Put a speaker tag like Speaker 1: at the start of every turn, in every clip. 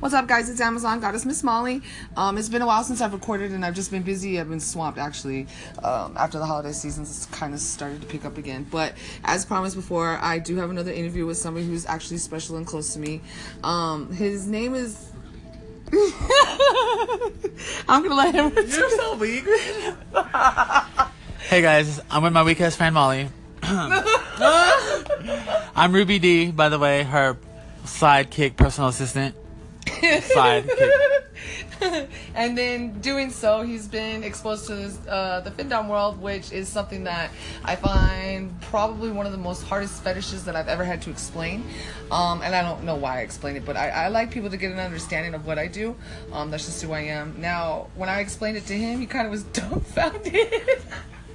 Speaker 1: What's up, guys? It's Amazon Goddess Miss Molly. Um, it's been a while since I've recorded, and I've just been busy. I've been swamped actually. Um, after the holiday season, it's kind of started to pick up again. But as promised before, I do have another interview with somebody who's actually special and close to me. Um, his name is. I'm gonna let him.
Speaker 2: You're so weak.
Speaker 3: Hey guys, I'm with my weakest friend Molly. I'm Ruby D, by the way, her sidekick personal assistant. Sidekick.
Speaker 1: and then doing so, he's been exposed to uh, the FinDom world, which is something that I find probably one of the most hardest fetishes that I've ever had to explain. Um, and I don't know why I explain it, but I, I like people to get an understanding of what I do. Um, that's just who I am. Now, when I explained it to him, he kind of was dumbfounded.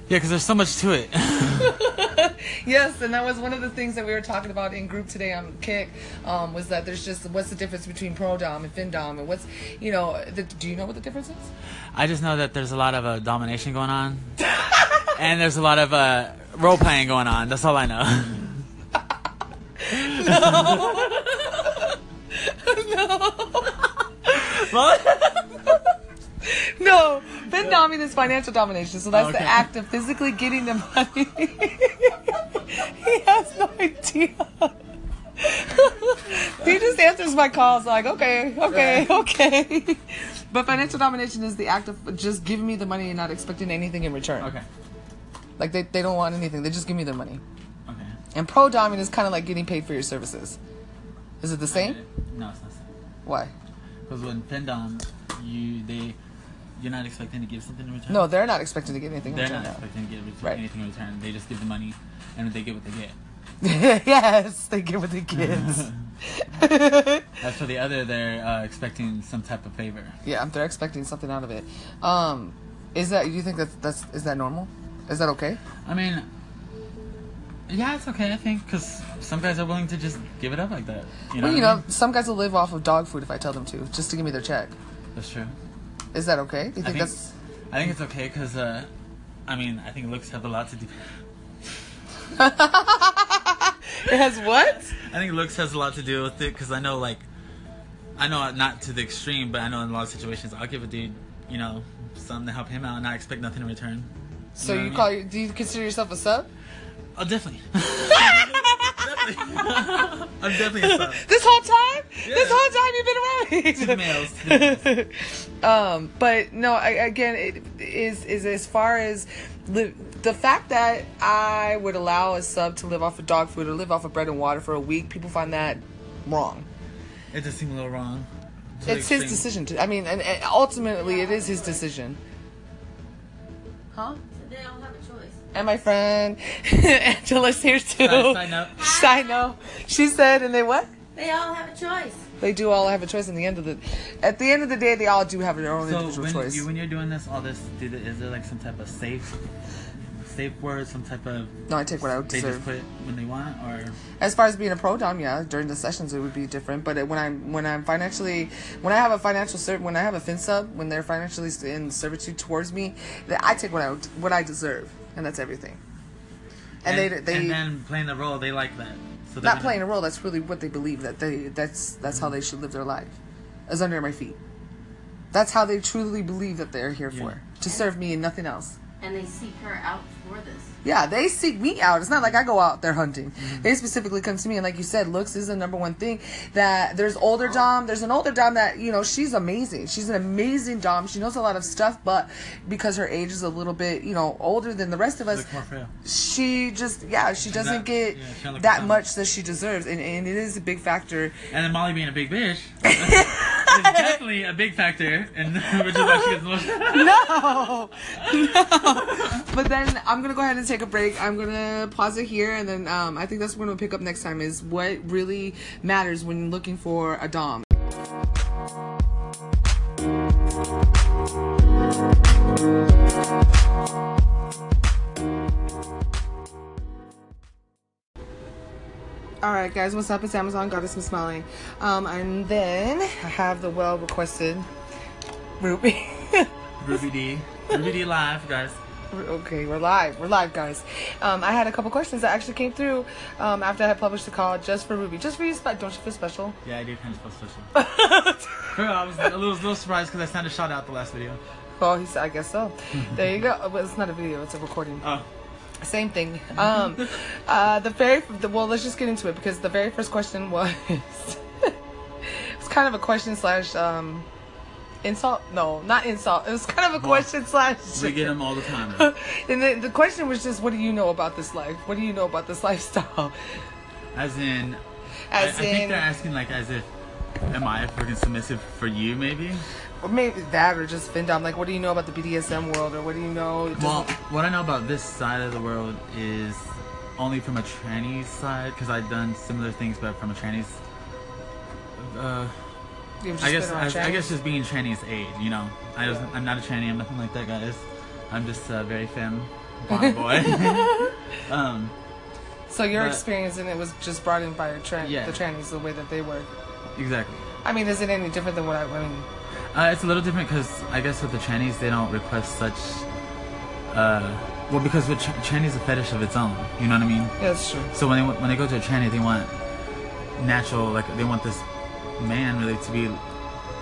Speaker 3: Yeah, because there's so much to it.
Speaker 1: yes, and that was one of the things that we were talking about in group today on Kick um, was that there's just what's the difference between pro dom and fin dom, and what's you know the, do you know what the difference is?
Speaker 3: I just know that there's a lot of uh, domination going on, and there's a lot of uh, role playing going on. That's all I know.
Speaker 1: No, fin doming is financial domination, so that's the
Speaker 3: Okay.
Speaker 1: act of physically getting the money. he has no idea. he just answers my calls like, okay, okay, okay. But financial domination is the act of just giving me the money and not expecting anything in return.
Speaker 3: Okay.
Speaker 1: Like they, they don't want anything. They just give me their money.
Speaker 3: Okay.
Speaker 1: And pro doming is kind of like getting paid for your services. Is it the same?
Speaker 3: No, it's not.
Speaker 1: Why?
Speaker 3: Because when Pendom, you they, you're not expecting to give something in return.
Speaker 1: No, they're not expecting to get anything. in
Speaker 3: They're
Speaker 1: return,
Speaker 3: not
Speaker 1: no.
Speaker 3: expecting to get ret-
Speaker 1: Right.
Speaker 3: anything in return. They just give the money, and they get what they get.
Speaker 1: yes, they get what they get.
Speaker 3: As for the other, they're uh, expecting some type of favor.
Speaker 1: yeah, they're expecting something out of it. Um, is that? Do you think that's that's is that normal? Is that okay?
Speaker 3: I mean, yeah, it's okay. I think because some guys are willing to just give it up like that. You know,
Speaker 1: well, you
Speaker 3: what I
Speaker 1: know, some guys will live off of dog food if I tell them to, just to give me their check.
Speaker 3: mean? that's true.
Speaker 1: Is that okay? Do you think,
Speaker 3: think-
Speaker 1: that's?
Speaker 3: I think it's okay because, uh, I mean, I think looks have a lot to do.
Speaker 1: It has what?
Speaker 3: I think looks has a lot to do with it because I know, like, I know not to the extreme, but I know in a lot of situations I'll give a dude, you know, something to help him out and I expect nothing in return.
Speaker 1: So
Speaker 3: know
Speaker 1: you,
Speaker 3: what I
Speaker 1: call? Your, do you consider yourself a sub?
Speaker 3: Oh, definitely. Definitely. I'm definitely a sub.
Speaker 1: This whole time? This
Speaker 3: Yeah.
Speaker 1: whole time you've been
Speaker 3: To the
Speaker 1: around?
Speaker 3: males, to the males.
Speaker 1: um, but no, I, again, it is is as far as li- the fact that I would allow a sub to live off of dog food or live off of bread and water for a week, people find that wrong.
Speaker 3: It just seemed a little wrong. to the
Speaker 1: it's his
Speaker 3: extreme.
Speaker 1: decision to. I mean, and, and ultimately, it is his decision. Huh?
Speaker 4: They don't have a choice.
Speaker 1: And my friend Angela's here too.
Speaker 3: Side- side note.
Speaker 1: Side note. She said, and they what?
Speaker 4: They all have a choice.
Speaker 1: They do all have a choice. In the end of the, at the end of the day, they all do have their own
Speaker 3: So
Speaker 1: individual
Speaker 3: when,
Speaker 1: choice.
Speaker 3: You, when you're doing this, all this, do the, is there like some type of safe, safe word, some type of
Speaker 1: no, I take what I
Speaker 3: they
Speaker 1: deserve.
Speaker 3: just put when they want, or
Speaker 1: as far as being a pro dom, yeah, during the sessions it would be different. But it- when I'm when I'm financially when I have a financial ser- when I have a fin sub when they're financially in servitude towards me, that I take what I what I deserve, and that's everything. And, they they
Speaker 3: and then playing the role, they like that. So they're
Speaker 1: not
Speaker 3: gonna-
Speaker 1: playing a role. That's really what they believe that they that's that's how they should live their life, is under my feet. That's how they truly believe that they're here for to serve me and nothing else.
Speaker 4: And they seek her out for this.
Speaker 1: Yeah, they seek me out. It's not like I go out there hunting.
Speaker 3: Mm-hmm.
Speaker 1: They specifically come to me, and like you said, looks is the number one thing. That there's older dom. There's an older dom that you know she's amazing. She's an amazing dom. She knows a lot of stuff, but because her age is a little bit you know older than the rest of us,
Speaker 3: Look more frail.
Speaker 1: she just yeah she doesn't
Speaker 3: not-
Speaker 1: get
Speaker 3: yeah, she don't look
Speaker 1: that
Speaker 3: young.
Speaker 1: much that she deserves, and, and it is a big factor.
Speaker 3: And then Molly being a big bitch is definitely a big factor, and which is why she gets emotional.
Speaker 1: no, no. But then I'm gonna go ahead and take a break. I'm gonna pause it here, and then um, I think that's what we'll pick up next time is what really matters when looking for a dom. All right, guys, what's up? It's Amazon Goddess Miss Molly. Um, and then I have the well requested Ruby.
Speaker 3: Ruby D, Ruby D live, guys.
Speaker 1: We're- Okay, we're live. We're live, guys. Um, I had a couple questions that actually came through um, after I had published the call just for Ruby. Just for you, spe- don't you feel special?
Speaker 3: Yeah, I do kind of feel special. Girl, I was a little, little surprised because I sounded shot out the last video.
Speaker 1: Well, he said, I guess so. There you go. Well, it's not a video, it's a recording.
Speaker 3: Oh,
Speaker 1: Same thing. Um, uh, the very the, well, let's just get into it because the very first question was it's kind of a question slash um, insult. No, not insult. It was kind of a
Speaker 3: Well,
Speaker 1: question slash.
Speaker 3: we get them all the time. right?
Speaker 1: and the, the question was just, what do you know about this life? What do you know about this lifestyle?
Speaker 3: As in, I, I
Speaker 1: As
Speaker 3: think
Speaker 1: in,
Speaker 3: they're asking like as if, am I freaking submissive for you? Maybe.
Speaker 1: or maybe that, or just been down. Like, what do you know about the BDSM world, or what do you know? Just,
Speaker 3: Well, what I know about this side of the world is only from a tranny side because I've done similar things, but from a tranny's. Uh,
Speaker 1: you've just
Speaker 3: I
Speaker 1: been
Speaker 3: guess
Speaker 1: around
Speaker 3: I, I
Speaker 1: trans?
Speaker 3: guess just being tranny's aid, you know. I was, I'm not a tranny. I'm nothing like that, guys. I'm just a very femme bond boy. um,
Speaker 1: So your
Speaker 3: but-
Speaker 1: experience and it was just brought in by your tran
Speaker 3: Yeah.
Speaker 1: the trannies, the way that they work.
Speaker 3: exactly.
Speaker 1: I mean, is it any different than what I, I mean?
Speaker 3: Uh, it's a little different because I guess with the trannies they don't request such. Uh, well, because with tran- trannies a fetish of its own, you know what I mean.
Speaker 1: Yeah, that's true.
Speaker 3: So when they when they go to a tranny, they want natural, like they want this man really to be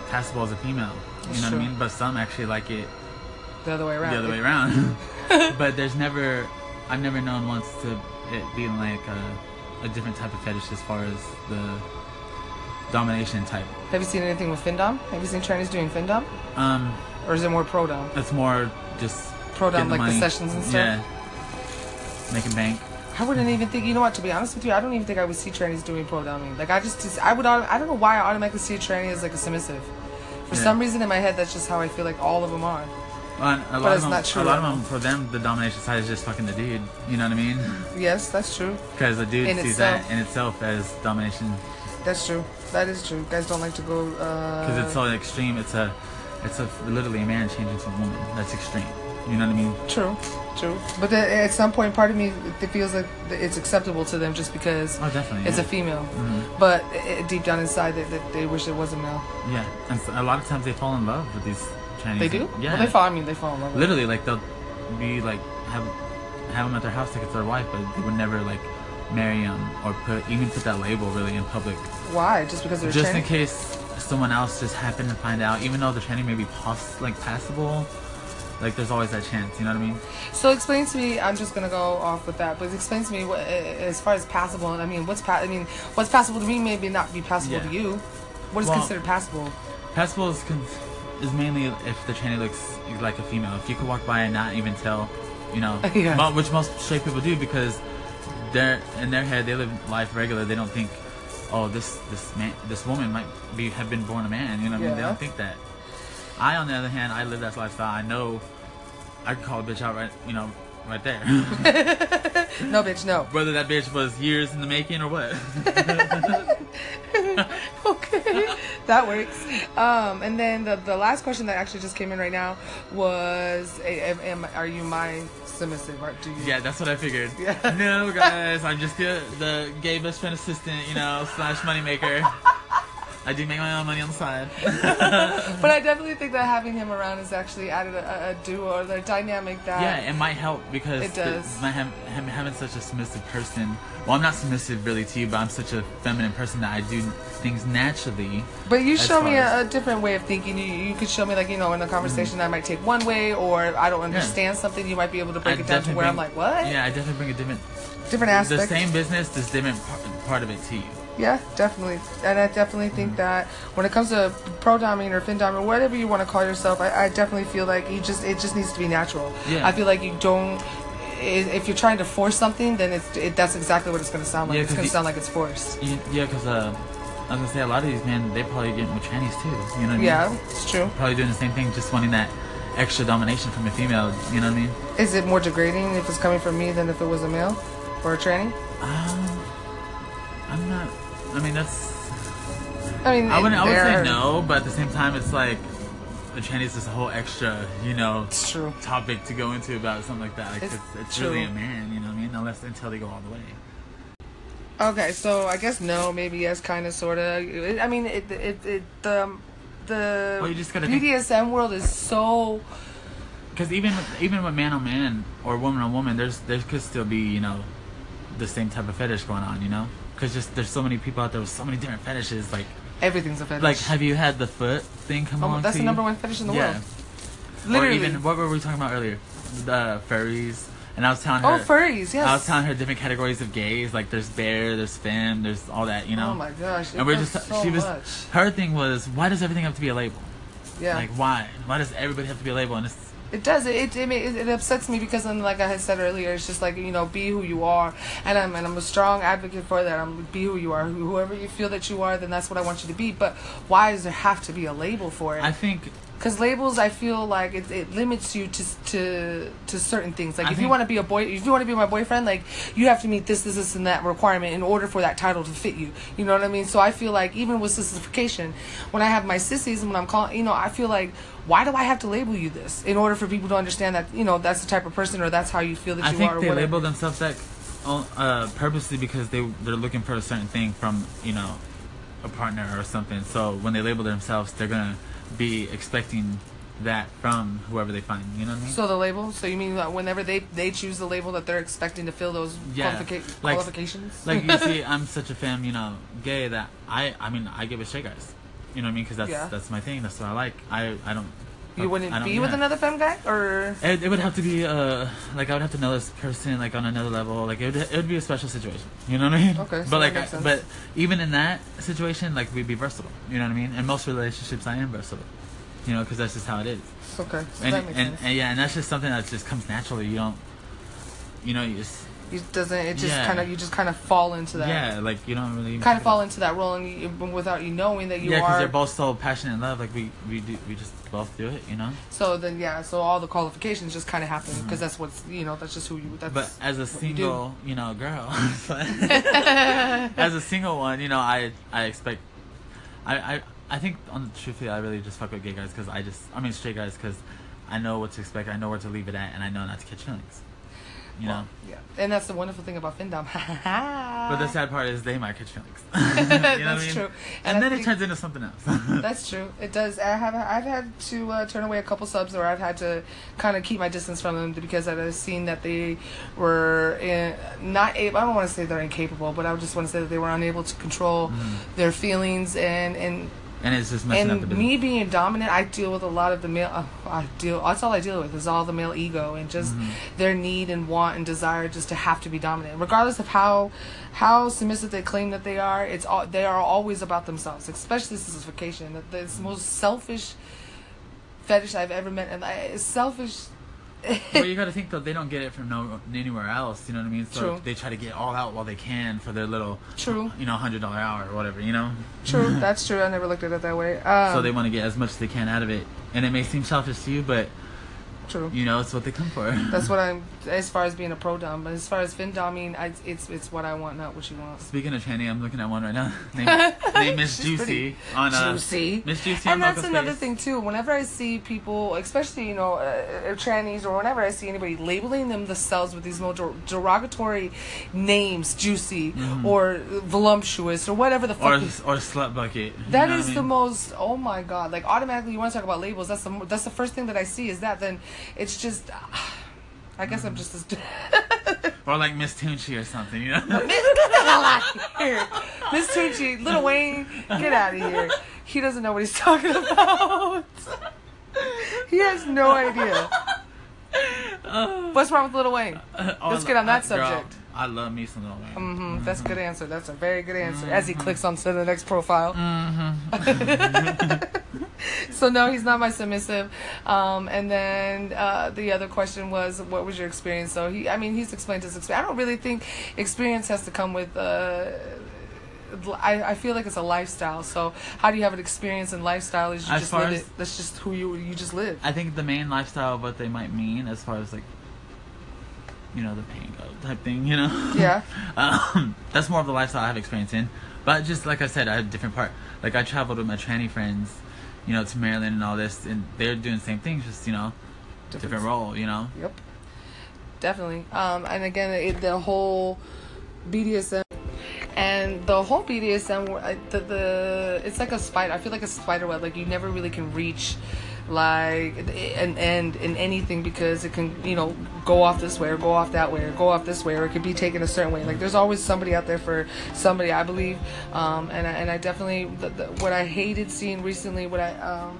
Speaker 3: passable as a female. You
Speaker 1: That's
Speaker 3: know
Speaker 1: true.
Speaker 3: what I mean? But some actually like it
Speaker 1: The other way around.
Speaker 3: the other way around. but there's never, I've never known once to it being like a, a different type of fetish as far as the domination type.
Speaker 1: Have you seen anything with Findom? Have you seen trannies doing Findom?
Speaker 3: Um,
Speaker 1: Or is it more pro dom?
Speaker 3: it's more just
Speaker 1: Pro dom,
Speaker 3: getting
Speaker 1: like the
Speaker 3: money.
Speaker 1: sessions and stuff?
Speaker 3: Yeah, making bank.
Speaker 1: I wouldn't even think. You know what? To be honest with you, I don't even think I would see trannies doing pro doming. Like I just, I would. auto- I don't know why I automatically see a tranny as like a submissive. For
Speaker 3: Yeah.
Speaker 1: some reason in my head, that's just how I feel like all of them are.
Speaker 3: Well, a lot
Speaker 1: But
Speaker 3: of
Speaker 1: it's
Speaker 3: them,
Speaker 1: not true.
Speaker 3: A lot of them, for them, the domination side is just fucking the dude. You know what I mean?
Speaker 1: Yes, that's true.
Speaker 3: Because the dude
Speaker 1: Mm-hmm. In
Speaker 3: sees
Speaker 1: itself.
Speaker 3: that in itself as domination.
Speaker 1: That's true. That is true. Guys don't like to go.
Speaker 3: Because
Speaker 1: Uh,
Speaker 3: it's so extreme. It's a, it's a literally a man changing to a woman. That's extreme. You know what I mean?
Speaker 1: true. True. But then at some point, part of me it feels like it's acceptable to them just because
Speaker 3: Oh, definitely.
Speaker 1: it's a
Speaker 3: yeah.
Speaker 1: female.
Speaker 3: Mhm.
Speaker 1: But i i- deep down inside, they, they, they wish it was a male.
Speaker 3: Yeah, and so a lot of times they fall in love with these Chinese.
Speaker 1: They do.
Speaker 3: Yeah,
Speaker 1: Well, they fall. I mean, they fall in love. with it.
Speaker 3: literally like they'll be like have have them at their house like it's their wife, but they would never like marry them or put even put that label really in public,
Speaker 1: Why? Just because they're
Speaker 3: just in
Speaker 1: trans?
Speaker 3: case someone else just happened to find out. Even though the training may be poss- like passable, like there's always that chance. You know what I mean?
Speaker 1: So explain to me. I'm just gonna go off with that, but explain to me what, as far as passable. And I mean, what's pa- I mean, what's passable to me maybe not be passable
Speaker 3: Yeah.
Speaker 1: to you. What is
Speaker 3: Well-
Speaker 1: considered passable?
Speaker 3: Passable is con- is mainly if the tranny looks like a female. If you could walk by and not even tell, you know,
Speaker 1: Yeah.
Speaker 3: mo- which most straight people do because they're in their head they live life regular. They don't think, oh, this this man, this woman might be have been born a man. You know, what I mean, they
Speaker 1: Yeah.
Speaker 3: don't think that. I, on the other hand, I live that lifestyle. I know I could call a bitch out right, you know, right there.
Speaker 1: No, bitch, no.
Speaker 3: Whether that bitch was years in the making or what.
Speaker 1: okay, that works. Um, and then the, the last question that actually just came in right now was, a- am, am- are you my submissive? Or do you?
Speaker 3: Yeah, that's what I figured.
Speaker 1: Yeah.
Speaker 3: No, guys, I'm just the, the gay best friend assistant, you know, slash moneymaker. I do make my own money on the side.
Speaker 1: But I definitely think that having him around has actually added a, a, a duo or a dynamic that.
Speaker 3: yeah, it might help because
Speaker 1: It does.
Speaker 3: the- my ham- him having such a submissive person. Well, I'm not submissive really to you, but I'm such a feminine person that I do things naturally.
Speaker 1: But you
Speaker 3: as
Speaker 1: show me
Speaker 3: far
Speaker 1: a,
Speaker 3: as-
Speaker 1: a different way of thinking. You, you could show me, like, you know, in a
Speaker 3: Mm-hmm.
Speaker 1: conversation, I might take one way, or I don't understand something. You might be able to break
Speaker 3: I
Speaker 1: it down to
Speaker 3: definitely
Speaker 1: where I'm like,
Speaker 3: bring-
Speaker 1: what?
Speaker 3: Yeah, I definitely bring a different,
Speaker 1: Different aspects.
Speaker 3: the same business, this different part, part of it to you.
Speaker 1: Yeah, definitely. And I definitely think that when it comes to pro doming or fin doming, whatever you want to call yourself, I, I definitely feel like you just it just needs to be natural.
Speaker 3: Yeah.
Speaker 1: I feel like you don't. i- If you're trying to force something, then it's it, that's exactly what it's going to sound like.
Speaker 3: Yeah,
Speaker 1: it's
Speaker 3: 'cause
Speaker 1: going to
Speaker 3: the-
Speaker 1: sound like it's forced.
Speaker 3: You- Yeah, because uh, I was gonna say a lot of these men, they probably getting with trannies too. You know what I mean?
Speaker 1: Yeah, it's true.
Speaker 3: probably doing the same thing, just wanting that extra domination from a female. You know what I mean?
Speaker 1: Is it more degrading if it's coming from me than if it was a male or a tranny?
Speaker 3: Um, I'm not. I mean, that's.
Speaker 1: I mean,
Speaker 3: I wouldn't. I would
Speaker 1: there
Speaker 3: say
Speaker 1: are-
Speaker 3: no, but at the same time, it's like the Chinese is a whole extra, you know,
Speaker 1: It's true.
Speaker 3: topic to go into about something like that. Like,
Speaker 1: It's
Speaker 3: it's, it's, really a
Speaker 1: true.
Speaker 3: man. You know what I mean? Unless until they go all the way.
Speaker 1: Okay, so I guess no, maybe yes, kind of, sort of. I mean, it, it, it, the, the
Speaker 3: Well, you just gotta think-
Speaker 1: BDSM world is so
Speaker 3: because even with- even with man on man or woman on woman, there's there could still be you know, the same type of fetish going on. You know, because just there's so many people out there with so many different fetishes. Like
Speaker 1: Everything's a fetish.
Speaker 3: like have you had the foot thing come
Speaker 1: Oh,
Speaker 3: on?
Speaker 1: that's
Speaker 3: to
Speaker 1: the
Speaker 3: you?
Speaker 1: number one fetish in the
Speaker 3: yeah.
Speaker 1: world. Literally.
Speaker 3: Or even what were we talking about earlier? The furries. And I was telling her.
Speaker 1: oh, furries. Yes.
Speaker 3: I was telling her different categories of gays. Like there's bear, there's femme, there's all that. You know.
Speaker 1: Oh my gosh. it
Speaker 3: And we're
Speaker 1: does
Speaker 3: just
Speaker 1: so
Speaker 3: she was
Speaker 1: much.
Speaker 3: her thing was why does everything have to be a label?
Speaker 1: Yeah.
Speaker 3: Like why? Why does everybody have to be a label? And it's
Speaker 1: It does. It it, it ma- it it upsets me because, then, like I had said earlier, it's just like you know, be who you are, and I'm and I'm a strong advocate for that. I'm be who you are. Who- Whoever you feel that you are, then that's what I want you to be. But why does there have to be a label for
Speaker 3: I
Speaker 1: it?
Speaker 3: think
Speaker 1: Because labels, I feel like it, it limits you to s- to to certain things. Like
Speaker 3: I
Speaker 1: if you
Speaker 3: think-
Speaker 1: want to be a boy, if you want to be my boyfriend, like you have to meet this, this, this, and that requirement in order for that title to fit you. You know what I mean? So I feel like even with sissification, when I have my sissies and when I'm calling, you know, I feel like why do I have to label you this in order for people to understand that you know that's the type of person or that's how you feel that
Speaker 3: I
Speaker 1: you
Speaker 3: think
Speaker 1: are? Or
Speaker 3: they
Speaker 1: whatever.
Speaker 3: label themselves that uh, purposely because they they're looking for a certain thing from you know a partner or something. So when they label themselves, they're gonna be expecting that from whoever they find. You know what I mean?
Speaker 1: So the label. So you mean that whenever they they choose the label that they're expecting to fill those
Speaker 3: Yeah,
Speaker 1: qualifica-
Speaker 3: like-
Speaker 1: qualifications?
Speaker 3: like you see, I'm such a femme, you know, gay that I I mean I give a shit, guys. You know what I mean? Because that's
Speaker 1: Yeah.
Speaker 3: that's my thing. That's what I like. I I don't.
Speaker 1: you
Speaker 3: I
Speaker 1: wouldn't
Speaker 3: don't
Speaker 1: be
Speaker 3: do
Speaker 1: with
Speaker 3: that.
Speaker 1: another femme guy or.
Speaker 3: It, it would have to be uh like I would have to know this person like on another level like it would, it would be a special situation you know what I mean
Speaker 1: Okay, so
Speaker 3: but like
Speaker 1: that makes
Speaker 3: I,
Speaker 1: sense.
Speaker 3: but even in that situation like we'd be versatile you know what I mean in most relationships I am versatile you know because that's just how it is
Speaker 1: Okay, so
Speaker 3: and,
Speaker 1: that makes
Speaker 3: and,
Speaker 1: sense.
Speaker 3: and yeah and that's just something that just comes naturally you don't you know you just
Speaker 1: it doesn't it just
Speaker 3: Yeah.
Speaker 1: kind of you just kind of fall into that
Speaker 3: yeah like you don't really even
Speaker 1: kind
Speaker 3: think
Speaker 1: of fall
Speaker 3: about-
Speaker 1: into that role and you, without you knowing that you
Speaker 3: yeah because
Speaker 1: are
Speaker 3: they're both so passionate in love like we we do we just both do it you know
Speaker 1: so then yeah so all the qualifications just kind of happen because that's what's you know that's just who you that's
Speaker 3: Mm-hmm. But as a
Speaker 1: you do.
Speaker 3: single, you, know, girl, as a single one, you know, I I expect, I I, I think on truthfully, I really just fuck with gay guys because I just I mean straight guys because I know what to expect, I know where to leave it at, and I know not to catch feelings. You know,
Speaker 1: yeah and that's the wonderful thing about findom
Speaker 3: but
Speaker 1: but
Speaker 3: the sad part is they might catch feelings. you know what I
Speaker 1: uh, That's
Speaker 3: mean?
Speaker 1: true. And
Speaker 3: And,
Speaker 1: I
Speaker 3: then
Speaker 1: think-
Speaker 3: it turns into something else.
Speaker 1: That's true. It does. I have. I've had to uh, turn away a couple subs, or I've had to kind of keep my distance from them because I've seen that they were in, not able. I don't want to say they're incapable, but I just want to say that they were unable to control their feelings and and
Speaker 3: and it's just messing up the
Speaker 1: and
Speaker 3: business.
Speaker 1: me being dominant, I deal with a lot of the male. Uh, I deal. That's all I deal with is all the male ego and just
Speaker 3: Mm-hmm.
Speaker 1: their need and want and desire just to have to be dominant, regardless of how how submissive they claim that they are. It's all they are always about themselves, especially sissification. That this most selfish fetish I've ever met, and I, it's selfish.
Speaker 3: well, you got to think though they don't get it from no anywhere else. You know what I mean? So
Speaker 1: True.
Speaker 3: they try to get all out while they can for their little,
Speaker 1: True.
Speaker 3: you know, hundred dollar hour or whatever. You know.
Speaker 1: True, that's true. I never looked at it that way. Um,
Speaker 3: so they want to get as much as they can out of it, and it may seem selfish to you, but
Speaker 1: true.
Speaker 3: you know it's what they come for.
Speaker 1: That's what I'm as far as being a pro dom, but as far as fin dom, I mean, I, it's it's what I want, not what you want.
Speaker 3: Speaking of tranny, I'm looking at one right now. Name, name Miss
Speaker 1: She's
Speaker 3: Juicy
Speaker 1: pretty.
Speaker 3: on uh,
Speaker 1: Juicy.
Speaker 3: Miss Juicy on
Speaker 1: and that's
Speaker 3: Local
Speaker 1: another
Speaker 3: Space.
Speaker 1: thing too. Whenever I see people, especially you know, uh, uh, trannies or whenever I see anybody labeling them themselves with these more der- derogatory names, juicy or voluptuous or whatever the
Speaker 3: Mm-hmm. Or
Speaker 1: fuck. is-
Speaker 3: or slut bucket. you
Speaker 1: that
Speaker 3: know what
Speaker 1: is
Speaker 3: I
Speaker 1: the
Speaker 3: mean?
Speaker 1: most. Oh my god! Like automatically, you want to talk about labels. That's the mo- that's the first thing that I see is that. Then it's just. I guess
Speaker 3: Mm-hmm.
Speaker 1: I'm just as.
Speaker 3: Or like Miss Tunchy or something, you know.
Speaker 1: here. Miss Tucci, Little Wayne, get out of here. He doesn't know what he's talking about. he has no idea. What's wrong with Little Wayne? Let's get on that
Speaker 3: Girl,
Speaker 1: subject.
Speaker 3: I love me some little man.
Speaker 1: hmm That's a good answer. That's a very good answer. As he
Speaker 3: Mm-hmm.
Speaker 1: clicks on to the next profile. so no, he's not my submissive. Um, and then uh, the other question was, what was your experience? So he, I mean, he's explained his experience. I don't really think experience has to come with. Uh, I, I feel like it's a lifestyle. So how do you have an experience in lifestyle? Is you
Speaker 3: As
Speaker 1: just
Speaker 3: far
Speaker 1: live
Speaker 3: as-
Speaker 1: it. That's just who you you just live.
Speaker 3: I think the main lifestyle of what they might mean as far as like you know, the pain go type thing, you know?
Speaker 1: Yeah.
Speaker 3: um, that's more of the lifestyle I have experience in. But just like I said, I have a different part. Like I traveled with my tranny friends, you know, to Maryland and all this, and they're doing the same thing, just you know, different, role, you know.
Speaker 1: Yep. Definitely. Um, and again, it, the whole BDSM and the whole BDSM, uh, the, the it's like a spider. I feel like a spider web. Like you never really can reach like and and in anything because it can you know go off this way or go off that way or go off this way or it could be taken a certain way like there's always somebody out there for somebody i believe um and i, and I definitely the, the, what i hated seeing recently what i um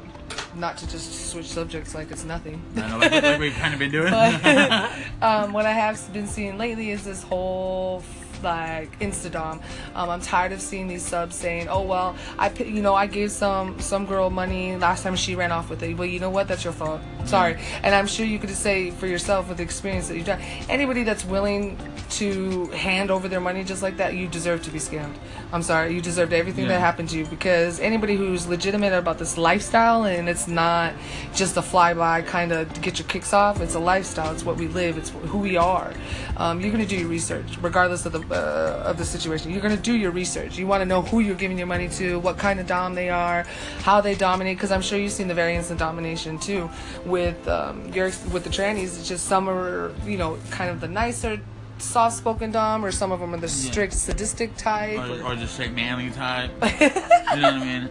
Speaker 1: not to just switch subjects like it's nothing
Speaker 3: I know, like, like we've kind of been doing.
Speaker 1: but um, what I have been seeing lately is this whole like Instadom. Um, I'm tired of seeing these subs saying, "Oh well, I pi- you know I gave some some girl money last time she ran off with it." Well, you know what? That's your fault. Sorry. And I'm sure you could say for yourself with the experience that you've done. Anybody that's willing to hand over their money just like that, you deserve to be scammed. I'm sorry. You deserved everything that
Speaker 3: Yeah.
Speaker 1: happened happened to you because anybody who's legitimate about this lifestyle and it's not just a flyby kind of get your kicks off it's a lifestyle it's what we live it's who we are um, you're going to do your research regardless of the uh, of the situation you're going to do your research you want to know who you're giving your money to what kind of dom they are how they dominate because i'm sure you've seen the variance in domination too with um, your with the trannies it's just some are you know kind of the nicer soft-spoken dom or some of them are the strict sadistic type
Speaker 3: or, or just straight manly type. you know what I mean?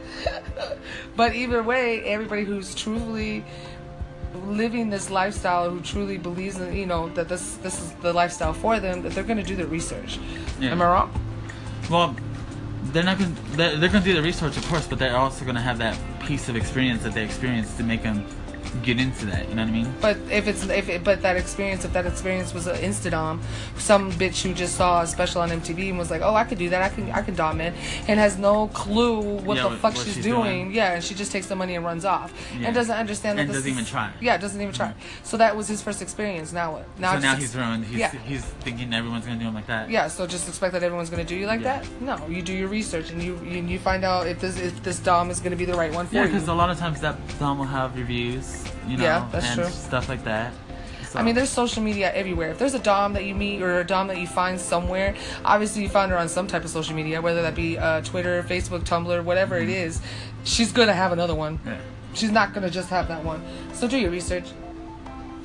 Speaker 1: But either way, everybody who's truly living this lifestyle, who truly believes in, you know, that this this is the lifestyle for them, that they're going to do their research.
Speaker 3: Yeah.
Speaker 1: Am I wrong?
Speaker 3: Well, they're not gonna they're, they're gonna do the research, of course, but they're also gonna have that piece of experience that they experienced to make them get into that. You know what I mean?
Speaker 1: But if it's if it, but that experience, if that experience was an Instadom, some bitch who just saw a special on MTV and was like, oh, I could do that, I can I can dom it, and has no clue what
Speaker 3: Yeah,
Speaker 1: the
Speaker 3: what-
Speaker 1: fuck
Speaker 3: what
Speaker 1: she's,
Speaker 3: she's
Speaker 1: doing.
Speaker 3: doing.
Speaker 1: Yeah, and she just takes the money and runs off,
Speaker 3: Yeah.
Speaker 1: and doesn't understand that
Speaker 3: And
Speaker 1: this
Speaker 3: doesn't
Speaker 1: is-
Speaker 3: even try. Mm-hmm.
Speaker 1: Yeah, doesn't even try. So that was his first experience. Now what?
Speaker 3: so now
Speaker 1: just-
Speaker 3: he's ruined. He's,
Speaker 1: yeah.
Speaker 3: he's thinking everyone's gonna do him like that.
Speaker 1: Yeah, so just expect that everyone's gonna do you like
Speaker 3: Yeah.
Speaker 1: that? No, you do your research and you and you find out if this if this dom is gonna be the right one for
Speaker 3: Yeah,
Speaker 1: you.
Speaker 3: because a lot of times that dom will have reviews, you know,
Speaker 1: Yeah, that's
Speaker 3: and
Speaker 1: true.
Speaker 3: stuff like that. So,
Speaker 1: I mean, there's social media everywhere. If there's a dom that you meet or a dom that you find somewhere, obviously you found her on some type of social media, whether that be uh, Twitter, Facebook, Tumblr, whatever it is. She's gonna have another one.
Speaker 3: Mm-hmm. Yeah.
Speaker 1: She's not gonna just have that one. So do your research.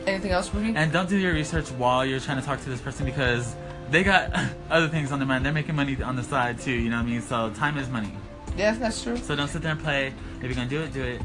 Speaker 1: Anything else, Ruby?
Speaker 3: And don't do your research while you're trying to talk to this person because they got other things on their mind. They're making money on the side too. You know what I mean? So time is money.
Speaker 1: yes, that's true.
Speaker 3: So don't sit there and play. If you're gonna do it, do it.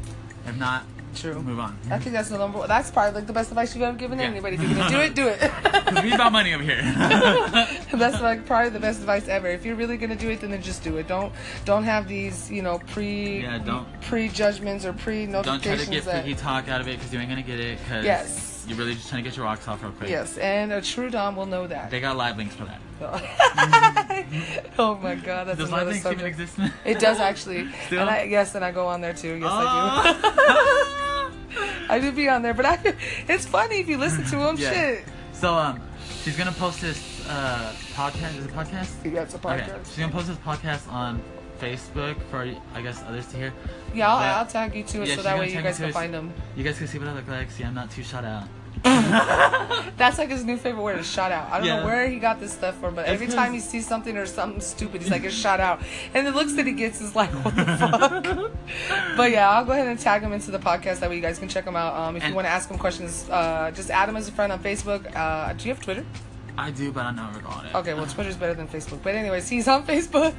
Speaker 3: If not,
Speaker 1: True.
Speaker 3: move on.
Speaker 1: I think that's the number. One. That's probably like the best advice you've ever given
Speaker 3: Yeah.
Speaker 1: anybody. If you're gonna do it, do it.
Speaker 3: Because we about money over here.
Speaker 1: That's like probably the best advice ever. If you're really gonna do it, then just do it. Don't don't have these you know pre
Speaker 3: Yeah, don't-
Speaker 1: prejudgments or pre
Speaker 3: don't try to get
Speaker 1: notifications.
Speaker 3: freaky talk out of it because you ain't gonna get it. Because
Speaker 1: Yes.
Speaker 3: you're really just trying to get your rocks off real quick.
Speaker 1: Yes, and a true dom will know that.
Speaker 3: They got live links for that.
Speaker 1: oh my god, that's
Speaker 3: Does live
Speaker 1: another
Speaker 3: links even
Speaker 1: subject.
Speaker 3: exist?
Speaker 1: It does actually,
Speaker 3: Still?
Speaker 1: and I yes, and I go on there too. Yes, I do.
Speaker 3: Oh.
Speaker 1: I do be on there, but I, it's funny if you listen to them.
Speaker 3: Yeah.
Speaker 1: Shit,
Speaker 3: So um, she's gonna post this uh podcast. Is it podcast?
Speaker 1: yeah, it's a podcast.
Speaker 3: Okay. She's gonna post this podcast on Facebook for I guess others to hear.
Speaker 1: Yeah, I'll,
Speaker 3: But-
Speaker 1: I'll tag you to it so
Speaker 3: Yeah, she's
Speaker 1: that
Speaker 3: gonna
Speaker 1: way you
Speaker 3: tag
Speaker 1: guys
Speaker 3: to
Speaker 1: can
Speaker 3: it.
Speaker 1: find them.
Speaker 3: You guys can see what I look like. See, I'm not too shot out.
Speaker 1: That's like his new favorite word is shout out. I don't know
Speaker 3: Yeah.
Speaker 1: where he got this stuff from, but every
Speaker 3: 'cause-
Speaker 1: time he sees something or something stupid, he's like, it's shout out. And the looks that he gets is like, what the fuck? but yeah, I'll go ahead and tag him into the podcast. That way you guys can check him out. Um, if you
Speaker 3: And-
Speaker 1: want to ask him questions, uh, just add him as a friend on Facebook. Uh, do you have Twitter?
Speaker 3: I do, but I'm not recalling it.
Speaker 1: Okay, well, Twitter's better than Facebook. But anyways, he's on Facebook.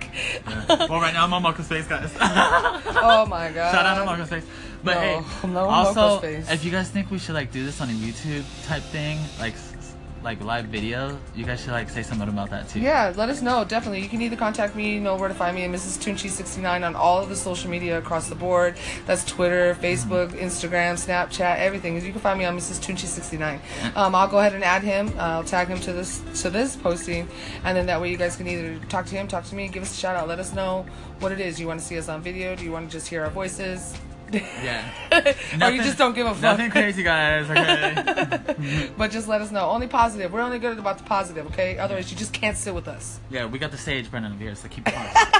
Speaker 3: well, right now I'm on Marco's face, guys. Shout
Speaker 1: oh my God.
Speaker 3: out to Marco's face. But
Speaker 1: No,
Speaker 3: hey,
Speaker 1: no
Speaker 3: also,
Speaker 1: Marco's face.
Speaker 3: if you guys think we should like do this on a YouTube type thing, like s- s- like live video, you guys should like say something about that too.
Speaker 1: Yeah, let us know. Definitely, you can either contact me, you know where to find me, and Mrs. Tunchi69 on all of the social media across the board. That's Twitter,
Speaker 3: Mm-hmm.
Speaker 1: Facebook, Instagram, Snapchat, everything. You can find me on Mrs. Tunchi69. Um, I'll go ahead and add him. I'll tag him to this to this posting, and then that way you guys can either talk to him, talk to me, give us a shout out, let us know what it is. You want to see us on video? Do you want to just hear our voices?
Speaker 3: Yeah.
Speaker 1: or you just don't give a fuck.
Speaker 3: Nothing crazy, Mm-hmm. guys. Okay.
Speaker 1: But just let us know. Only positive. We're only good about the positive, okay? Otherwise, you just can't sit with us.
Speaker 3: yeah, we got the sage burning over here, so keep it positive.